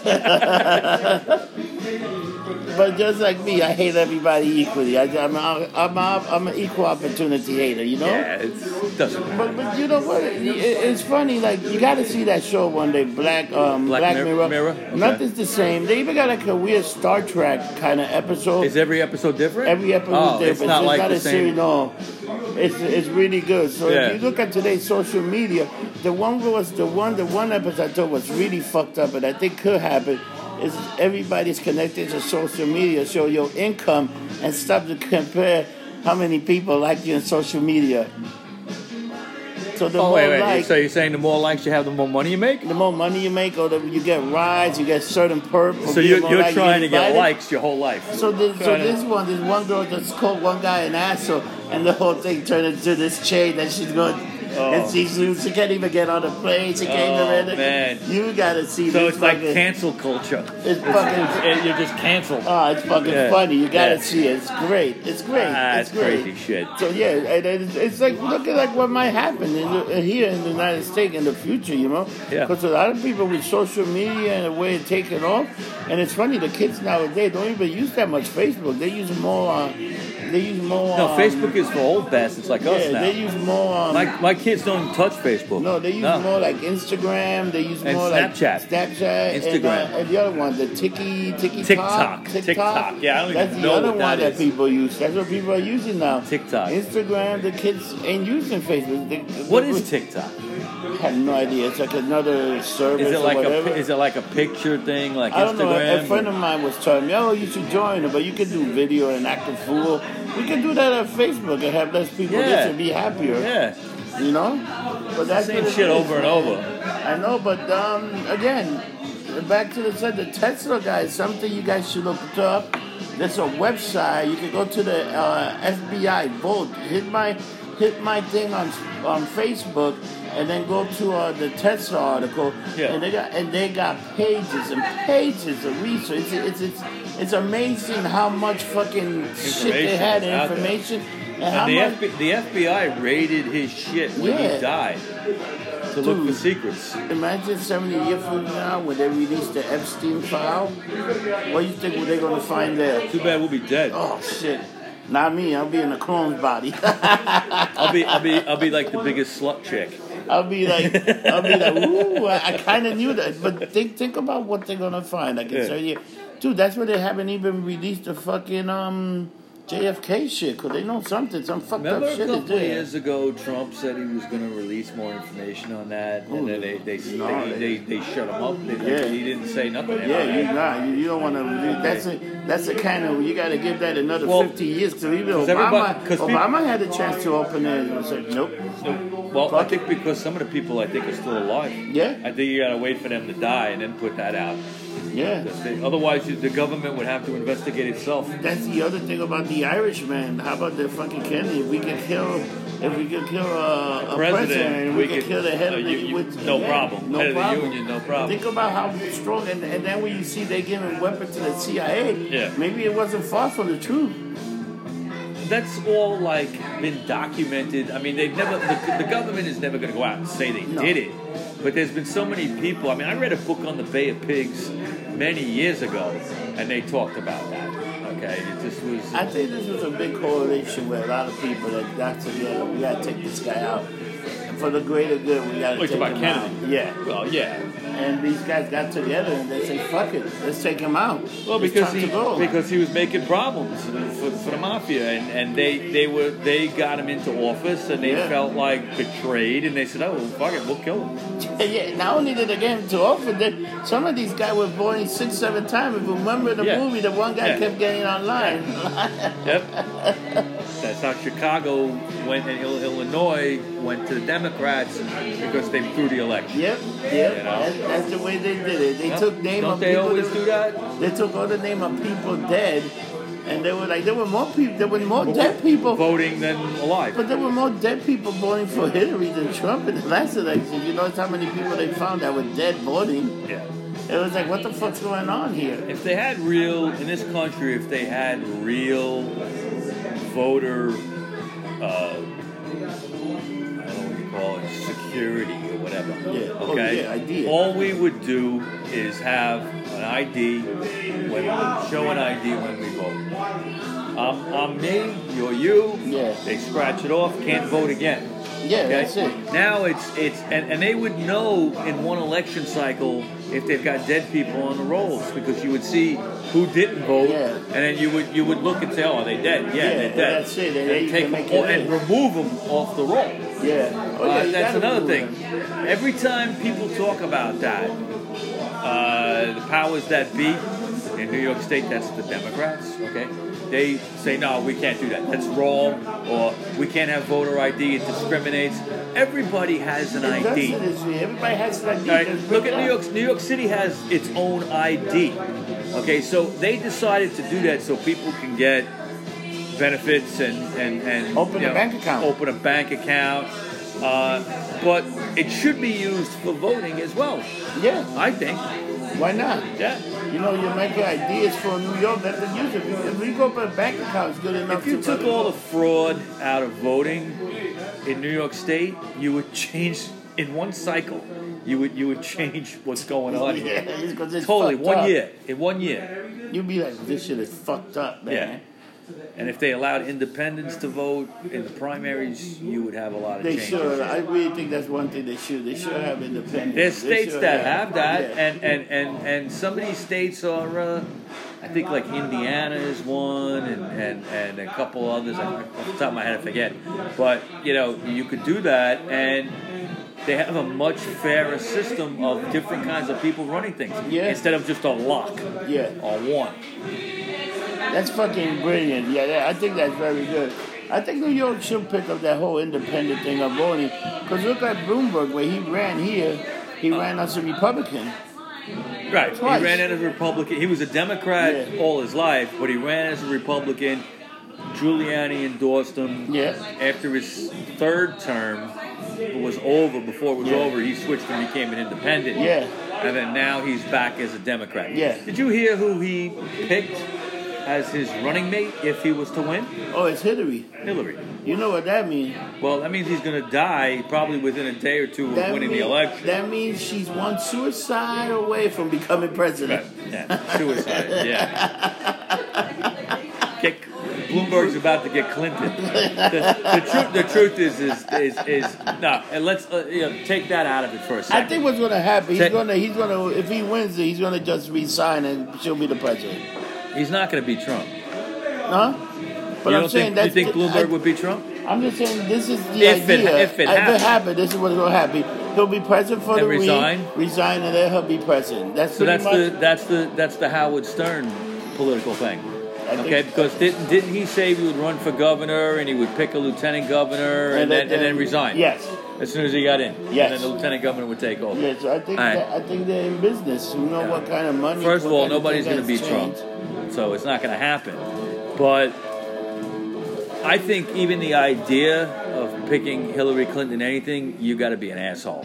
but just like me, I hate everybody equally. I, I'm, a, I'm, a, I'm an equal opportunity hater, you know.
Yeah, it's doesn't matter.
But, but you know what? It, it- it's funny. Like you got to see that show one day. Black um,
Black
Black,
Mir-
Mirror.
Mirror? Okay.
Nothing's the same. They even got like a weird Star Trek kind of episode.
Is every episode different?
Every episode
oh,
is different.
It's not like the
a series,
same.
no. It's it's really good. So
Yeah.
if you look at today's social media, the one was the one the one episode I thought was really fucked up and I think could happen is everybody's connected to social media, so your income and stop to compare how many people like you on social media. So the
Oh
more
wait, wait.
like
so you're saying the more likes you have, the more money you make?
the more money you make or the, you get rides, you get certain perks.
So you're, you're trying to get likes your whole life.
So this, so
Kinda.
this one, this one girl just called one guy an asshole, and the whole thing turned into this chain that she's going. and she, she, she can't even get on a plane. She can't
Oh,
even.
man.
You gotta see
So
this
it's like
fucking-
cancel culture.
It's fucking.
It- you're just canceled.
Oh, it's fucking
Yeah.
funny. You gotta
Yeah.
see it. It's great. It's great.
Ah,
it's
it's
great.
crazy shit.
So yeah, and it's, it's like look at like what might happen in the, uh, here in the United States in the future, you know?
Yeah.
Because a lot of people with social media and the way it's taking off, and it's funny the kids nowadays don't even use that much Facebook. They use more. Uh, they use more.
No,
um,
Facebook is for old bastards like us
Yeah,
now.
they use more. Um,
my, my kids don't touch Facebook.
no, they use more like Instagram. They use
And
more like
Snapchat.
Snapchat, and, uh,
Instagram.
and the other one, the Tiki Tiki
TikTok. TikTok. Yeah, I don't even
That's the
know
other
what
one
that
that
is.
people use. That's what people are using now.
TikTok.
Instagram. The kids ain't using Facebook. They,
What is TikTok?
I have no idea. It's like another service
Is it
or
like
whatever.
a is it like a picture thing like
I don't know.
Instagram?
A friend of mine was telling me, "Oh, you should join it, but you can do video and act a fool. We can do that on Facebook and have less people
Yeah.
listen, be happier."
yeah,
You know, but that's
same
what it
shit
is.
over and over.
I know, but um, again, back to the said the Tesla guy is something you guys should look up. There's a website you can go to the uh, FBI vote. Hit my hit my thing on on Facebook, and then go to uh, the Tesla article.
Yeah.
And they got and they got pages and pages of research. It's it's it's, it's amazing how much fucking shit they
Information
had and
is out there.
information. And, how
And the,
much,
FB, the FBI raided his shit when
Yeah.
he died to look for
Dude.
secrets.
Imagine 70 years from now when they release the Epstein file. What do you think they're going to find there?
Too bad we'll be dead.
Oh, shit. Not me. I'll be in a clone's body.
I'll be I'll be I'll be like the biggest slut chick.
I'll be like, I'll be like, ooh, I, I kind of knew that. But think think about what they're going to find. Like, it's
Yeah.
already, dude, that's why they haven't even released the fucking um, JFK shit because they know something. Some fucked
Remember
up
a
shit is
couple of
there.
years ago, Trump said he was going to release more information on that,
Ooh,
and then they they
no,
they, they, they shut him up. They,
Yeah.
He didn't say nothing. about
Yeah,
that.
you're not. You, you don't want to. That's a. That's a kind of. You got to give that another
Well,
50 years to even Obama.
everybody- 'cause people-
Obama had a chance to open it and said, "Nope."
Well, I think because some of the people I think are still alive.
Yeah.
I think you gotta wait for them to die and then put that out.
Yeah.
Because they- Otherwise, you- the government would have to investigate itself.
That's the other thing about the Irishman. How about the fucking Kennedy? If we could kill, if we could kill uh, a, president, we, could, kill the head
no,
of the
you- you-
with-
no
yeah,
problem.
no
Head of the
problem.
union, no problem.
Think about how strong, and, and then when you see they giving weapons to the CIA,
Yeah.
maybe it wasn't far from the truth.
That's all like been documented. I mean, they've never. The, the government is never gonna go out and say they
No.
did it. But there's been so many people. I mean, I read a book on the Bay of Pigs many years ago, and they talked about that. Okay, it just was.
I think this was a big correlation with a lot of people that got together. We gotta take this guy out. And for the greater good, we gotta
Like
take
Oh, about
him
Kennedy.
out. Yeah.
Well, yeah.
And these guys got together and they say, fuck it, let's take him out.
Well,
It's
because
time
he
to go.
because he was making problems for, for the mafia, and, and they, they were they got him into office, and they
Yeah.
felt like betrayed, and they said, "Oh, well, fuck it, we'll kill him."
And yeah, not only did they get him to offer, that some of these guys were born six, seven times. If you remember the
Yeah.
movie, the one guy
Yeah.
kept getting online.
Yep. That's how Chicago went, and Ill- Illinois went to the Democrats because they threw the election.
yep, yep.
You know?
That's, that's the way they did it. They
Yep.
took name
Don't
of
they
people
always
that-
do that?
They took all the name of people dead, and they were like, there were more people, there were more dead people
voting than alive.
But there were more dead people voting for Hillary than Trump in the last election. You notice how many people they found that were dead voting?
Yeah.
It was like, what the fuck's going on here?
If they had real in this country, if they had real voter, uh, I don't know what you call it, security or whatever.
Yeah. Oh,
Okay.
yeah, ID.
All we would do is have an ID when show an ID when we vote. I'm, I'm me, you're you.
Yeah.
They scratch it off, can't vote again.
Yeah,
Okay?
that's it.
Now it's it's and, and they would know in one election cycle if they've got dead people on the rolls because you would see who didn't vote
Yeah.
and then you would you would look and say, Oh, are they dead? Yeah,
Yeah,
they're dead.
that's it, and
And,
they-
take
they make
them all,
it
and
in.
remove them off the roll.
Yeah. Oh, yeah
Uh,
you
that's
gotta
another
remove
thing.
them.
Every time people talk about that, uh, the powers that be in New York State, that's the Democrats, okay? They say, no, we can't do that. That's wrong, or we can't have voter ID, it discriminates. Everybody has an
It does
ID.
it this way. Everybody has an ID.
All right,
Just
look
bring
at New
it up.
York. New York City has its own ID. Okay, so they decided to do that so people can get benefits and and, and
Open
you
a bank account.
Open a bank account. Uh, but it should be used for voting as well.
Yeah,
I think.
why not?
Yeah.
You know, you might get ideas for New York. Let them use it. If we go up a bank account, it's good enough.
If you
to
took all the fraud out of voting in New York State, you would change in one cycle. You would you would change what's going on.
yeah, it's 'cause it's
Totally,
fucked
one
up.
year. In one year.
You'd be like, this shit is fucked up,
Yeah.
man.
And if they allowed independents to vote in the primaries, you would have a lot of
They
changes.
should. I really think that's one thing they should. They should have independence.
There's
They
states
should
that have that,
yeah.
and, and, and, and some of these states are, uh, I think like Indiana is one, and, and, and a couple others. I- Off the top of my head, I forget. But you know, you could do that, and they have a much fairer system of different kinds of people running things
Yeah.
instead of just a lock
yeah.
or one.
That's fucking brilliant. Yeah, that, I think that's very good. I think New York should pick up that whole independent thing of voting. Because look at Bloomberg, where he ran here, he ran as a Republican.
Right.
Twice.
He ran as a Republican. He was a Democrat
Yeah.
all his life, but he ran as a Republican. Giuliani endorsed him.
Yeah.
After his third term was over, before it was
Yeah.
over, he switched and became an independent.
Yeah.
And then now he's back as a Democrat.
Yeah.
Did you hear who he picked as his running mate if he was to win?
Oh, it's Hillary.
Hillary.
You know what that means?
Well, that means he's going to die probably within a day or two of
That
winning
mean-
the election.
That means she's one suicide away from becoming president.
Yeah, suicide. Yeah. Get, Bloomberg's about to get Clinton. The, the, truth, the truth is, is, is, is no. And let's uh, you know, take that out of it for a
I
second.
think what's gonna happen, he's
Check.
gonna, he's gonna, if he wins it, he's gonna just resign and she'll be the president.
he's not going to be Trump.
Huh? But
you
I'm
don't
saying
think,
that's
you
the-
think
I-
Bloomberg would be Trump?
I'm just saying this is the
If it-
idea.
if it happened.
this is what's gonna happen. He'll be president for
And
the
resign?
week, resign, and then he'll be president. That's
So
pretty
that's
much.
the that's the that's the Howard Stern political thing.
I think-
Okay, because didn't didn't he say he would run for governor and he would pick a lieutenant governor and, then, and then resign?
Yes,
As soon as he got in.
Yes.
And then the lieutenant governor would take over.
yes. I think
All right.
that, I think they're in business. You know what kind of money.
First of
what
all,
kind
nobody's
thing
going to be
that's
Trump,
changed.
so it's not going to happen. But I think even the idea of picking Hillary Clinton anything, you got to be an asshole.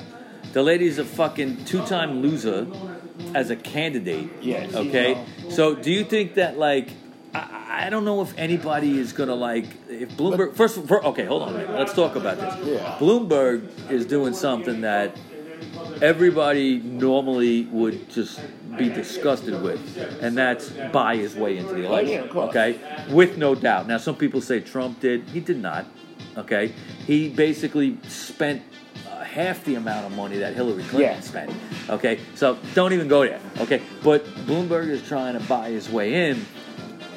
The lady's a fucking two-time loser as a candidate.
Yes, you
Okay.
know.
So do you think that like? I I don't know if anybody is gonna like if Bloomberg. first, fir- okay, hold on. a minute. Let's talk about this.
Yeah.
Bloomberg is doing something that everybody normally would just be disgusted with, and that's buy his way into the election.
Oh, yeah, of course.
Okay, with no doubt. Now, some people say Trump did. He did not. Okay, he basically spent uh, half the amount of money that Hillary Clinton
Yeah.
spent. Okay, so don't even go there. Okay, but Bloomberg is trying to buy his way in.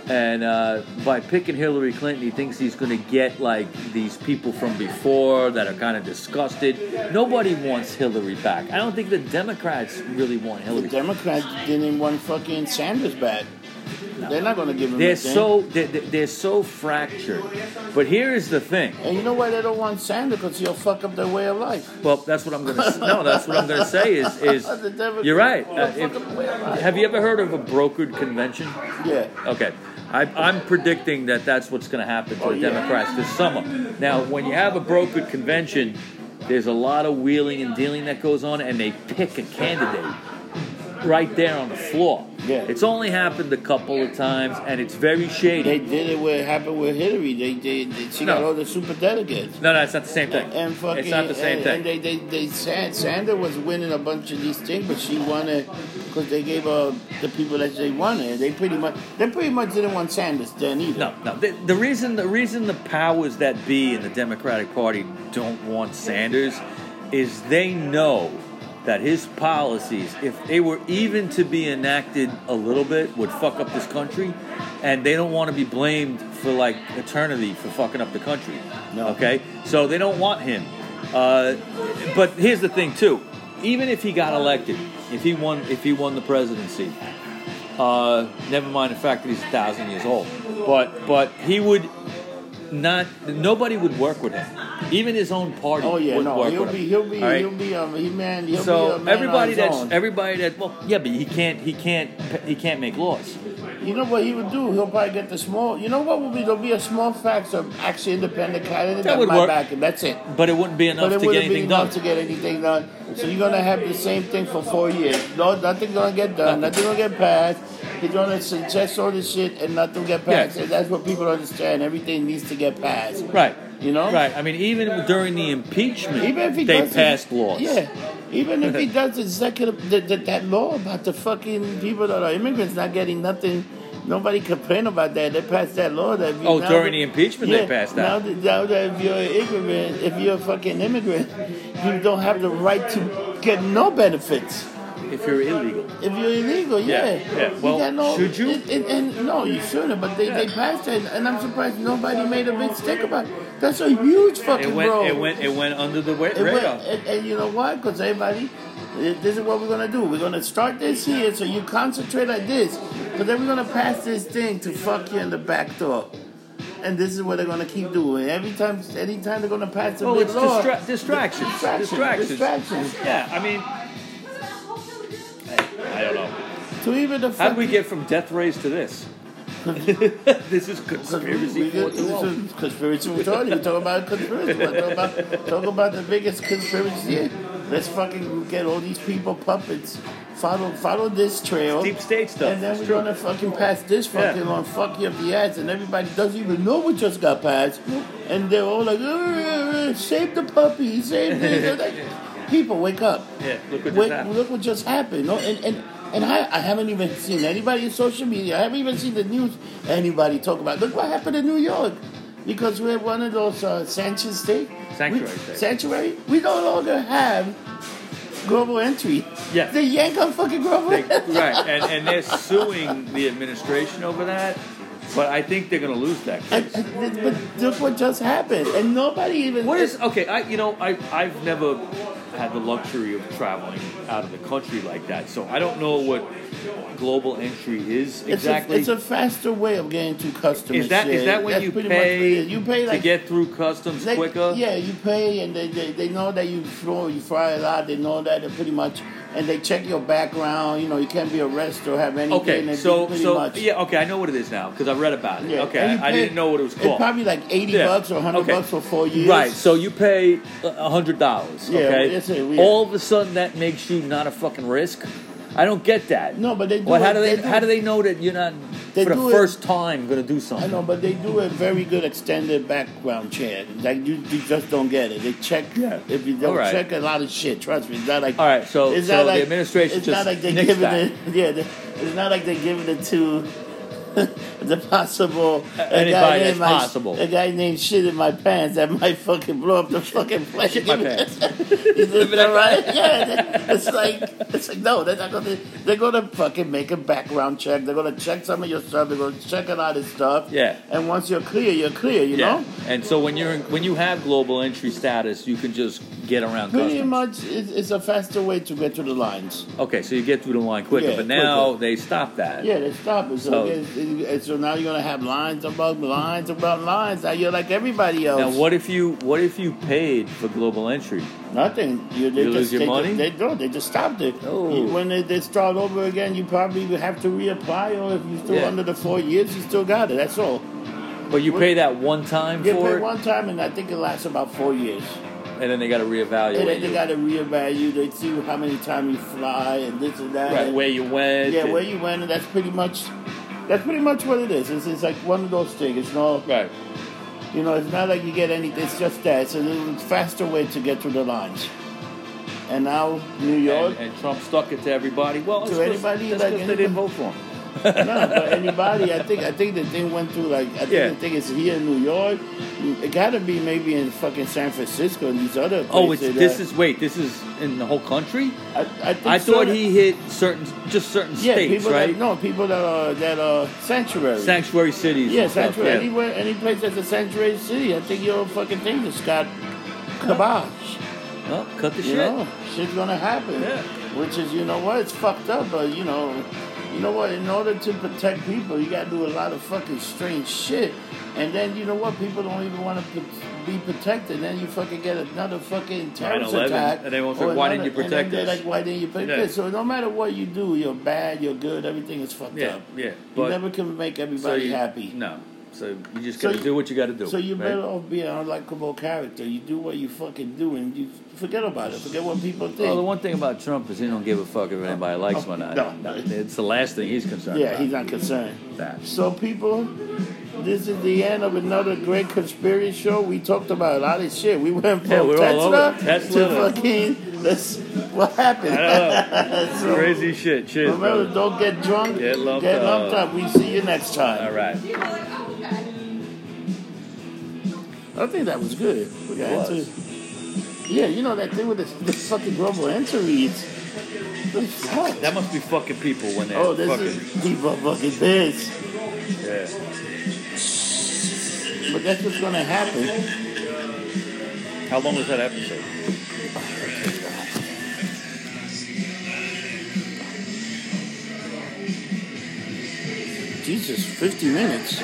And uh, by picking Hillary Clinton, he thinks he's going to get like these people from before that are kind of disgusted. Nobody wants Hillary back. I don't think the Democrats really want
The
Hillary.
Democrats didn't want fucking Sanders back. They're not going to give him.
They're
a thing.
so they're, they're they're so fractured. But here is the thing.
And you know why they don't want Sanders? Because he'll fuck up their way of life.
Well, that's what I'm gonna. s- No, that's what I'm gonna say is
The Oh,
is
Democrats
you're right.
will
Uh,
fuck
if-
up the way of life.
have you ever heard of a brokered convention?
Yeah.
Okay. I, I'm predicting that that's what's going to happen to
Oh,
the
yeah.
Democrats this summer. Now, when you have a brokered convention, there's a lot of wheeling and dealing that goes on, and they pick a candidate right there on the floor.
Yeah.
It's only happened a couple of times, and it's very
They
shady.
did it. What happened with Hillary? They they, they she got
No.
all the super delegates.
No, no, it's not the same thing.
And fucking,
it's not the same
and,
thing.
And they, they, they said Sandra was winning a bunch of these things, but she won it because they gave her the people that they wanted. They pretty much, they pretty much didn't want Sanders then either.
No, no. The, the reason the reason the powers that be in the Democratic Party don't want Sanders is they know that his policies, if they were even to be enacted a little bit, would fuck up this country, and they don't want to be blamed for like eternity for fucking up the country.
No.
Okay, so they don't want him. Uh, but here's the thing, too. Even if he got elected, if he won, if he won the presidency, uh, never mind the fact that he's a thousand years old. But but he would not. Nobody would work with him. Even his own party.
Oh yeah,
would
no.
work
He'll
with
be,
him.
he'll be,
All right?
he'll be, um, he man, he'll be
so
a man
everybody
on his
that's
own.
everybody that well yeah, but he can't he can't he can't make laws.
You know what he would do? He'll probably get the small. You know what would be? There'll be a small fax of actually independent candidate
That
that,
would
might
work.
back him. That's it.
But it wouldn't be
But
enough to
it
get
wouldn't be
anything done.
enough to get anything done. So you're gonna have the same thing for four years. No, nothing's gonna get done. Nothing will get passed. He's gonna suggest all this shit and nothing will get passed.
Yeah.
And that's what people don't understand. Everything needs to get passed.
right.
You know?
Right. I mean, even during the impeachment,
Even if he
they
does
passed laws.
Yeah. Even if he does executive that, that, that law about the fucking people that are immigrants not getting nothing, nobody complain about that. They passed that law that. If you
Oh,
now
during
that-
the impeachment they
Yeah,
passed that.
Now that, now that if you're an immigrant, if you're a fucking immigrant, you don't have the right to get no benefits.
If you're illegal.
If you're illegal,
Yeah,
yeah.
yeah.
You
Well,
got no,
should you?
And, and- and- no, you shouldn't. But they, they passed it, and I'm surprised nobody made a big stick about it. That's a huge fucking
It went.
row.
It went. It went under the wa-
It went-
radar.
and, and you know why? Because everybody, eh, this is what we're gonna do. We're gonna start this here, so you concentrate like this. But then we're gonna pass this thing to fuck you in the back door. And this is what they're gonna keep doing. Every time, anytime they're gonna pass the
Well,
big
Oh, it's
law,
distra- distractions.
distractions,
Distractions.
distractions.
Yeah. I mean. I, I don't know.
To even the
How did we
fucking-
get from death rays to this? this is
We
conspiracy.
get, this
412.
is conspiracy. We're talking, we're talking about conspiracy. We're talking about, talk about the biggest conspiracy. here. Let's fucking get all these people puppets. Follow, follow this trail.
Deep state stuff.
And then
It's
we're
true.
gonna fucking pass this fucking
Yeah.
on fuck you up the ass, and everybody doesn't even know what just got passed, and they're all like, "Uh, uh, uh, save the puppy, save this. Like, People, wake up.
Yeah, look what just
Wait,
happened.
look what just happened. No, and and. And I, I haven't even seen anybody in social media. I haven't even seen the news. Anybody talk about? Look what happened in New York, because we're one of those uh, sanctuary state.
Sanctuary
we,
state.
Sanctuary. We no longer have global entry.
Yeah.
They yank on fucking global.
They-
entry.
right, and, and they're suing the administration over that, but I think they're going to lose that
And,
case.
and- but look what just happened, and nobody even.
What is okay? I you know I I've never had the luxury of traveling out of the country like that, so I don't know what global entry is
It's
exactly.
A, it's a faster way of getting to customers.
is that is that when you pay,
You pay like
to get through customs
They-
quicker?
Yeah, you pay, and they, they, they know that you throw you fry a lot. They know that and pretty much, and they check your background. You know, you can't be arrested or have anything.
Okay,
and
so
pretty
so
much,
yeah, okay, I know what it is now because I read about it.
yeah.
Okay,
And you
I, I
pay-
didn't know what it was
It's
called.
probably like eighty
Yeah.
bucks or hundred
Okay.
bucks for four years.
Right, so you pay a hundred dollars.
Yeah,
okay,
that's it, we-
all of a sudden that makes you not a fucking risk. I don't get that.
No, but they do
Well, how
it-
do they,
they do
how
it-
do they know that you're not
They
for
do
the
it-
first time going to do
I
something?
know, but they do a very good extended background check. Like you, you just don't get it. They check.
Yeah.
If you don't
All right.
check a lot of shit, trust me. It's not like.
All right, so-
it's
so
not
the
like-
administration
It's
just
not like they
nixed
giving
that.
it. Yeah, they, it's not like they giving it to. the possible a guy
Anybody that's
named my-
possible.
A guy named shit in my pants that might fucking blow up the fucking plane.
Shit in my pants.
Is it that right? Yeah. It's like it's like no, they're not gonna they're gonna fucking make a background check. They're gonna check some of your stuff, they're gonna check a lot of stuff.
Yeah.
And once you're clear, you're clear, you know?
And so when you're in, when you have global entry status, you can just get around
Pretty
customs.
much it's, it's a faster way to get to the lines.
Okay, so you get through the line quicker,
Yeah,
but now
quicker.
they stop that.
Yeah, they stop it. So,
So-
it's- it's- so now you're gonna have lines about lines about lines. Now you're like everybody else.
Now what if you what if you paid for global entry?
Nothing. You, they
You lose
just,
your
they
money?
Just, they don't. They just stopped it.
Oh.
You- when they, they start over again, you probably will have to reapply, or if you're still
Yeah.
under the four years, you still got it. That's all.
But you
What-
pay that one time
You
for
pay
it,
one time, and I think it lasts about four years.
and then they got to
And
reevaluate
then they
you.
got to reevaluate. They see how many times you fly and this and that.
right
And-
where you went.
yeah,
and-
where you went, and that's pretty much. That's pretty much what it is. It's, it's like one of those things. It's no,
right.
you know, it's not like you get any. It's just that. It's a little faster way to get to the lines. And now New York,
And, and Trump stuck it to everybody. Well,
To
it's 'cause-
anybody,
that's
like
'cause they didn't vote for him.
no, but anybody, I think I think the thing went through like I think
Yeah.
the thing is here in New York. It gotta be maybe in fucking San Francisco and these other places.
Oh, it's this
that-
is wait, this is in the whole country.
I, I, think
I thought
certain-
he hit certain, just certain
yeah
states,
people
right?
that no people that are that are sanctuary.
Sanctuary cities.
yeah,
and stuff,
sanctuary.
yeah.
Anywhere, any place that's a sanctuary city, I think your fucking thing just got kibosh.
Well, cut the
You
shit.
know, shit's gonna happen.
Yeah.
Which is, you know what, it's fucked up, but you know, you know what? In order to protect people, you gotta do a lot of fucking strange shit. And then you know what? People don't even want to be protected. Then you fucking get another fucking terrorist
9/11,
attack.
and they won't
or
say, "Why didn't you
another- and
protect
then they're
us?"
Like, why didn't you protect
Yeah.
us? So no matter what you do, you're bad, you're good, everything is fucked
Yeah,
up.
yeah,
you
but-
never can make
So
everybody
you-
happy.
No. So you just
So
got to
you-
do what you got to do.
So you're
right?
better off being an unlikable character. You do what you fucking do, and you forget about it. Forget what people think.
Well, the one thing about Trump is he don't give a fuck if anybody likes him or not.
No.
It's the last thing he's concerned
yeah,
about.
he's not concerned.
That.
So, people, this is the end of another great conspiracy show. We talked about a lot of shit. We went from
Yeah, we're all
Tesla,
over it. Tesla.
to fucking. That's what happened.
I don't
So,
Crazy shit. Cheers,
Remember,
brother.
don't get drunk.
Get lumped
up.
up.
We see you next time.
All right.
I think that was good. We got
It was.
into- Yeah, you know that thing with the, the fucking global enter reads. The fuck?
That must be fucking people when they're
Oh, this
fucking.
is people fucking this. But that's what's gonna happen.
Yeah. How long was that episode?
Jesus, 50 minutes.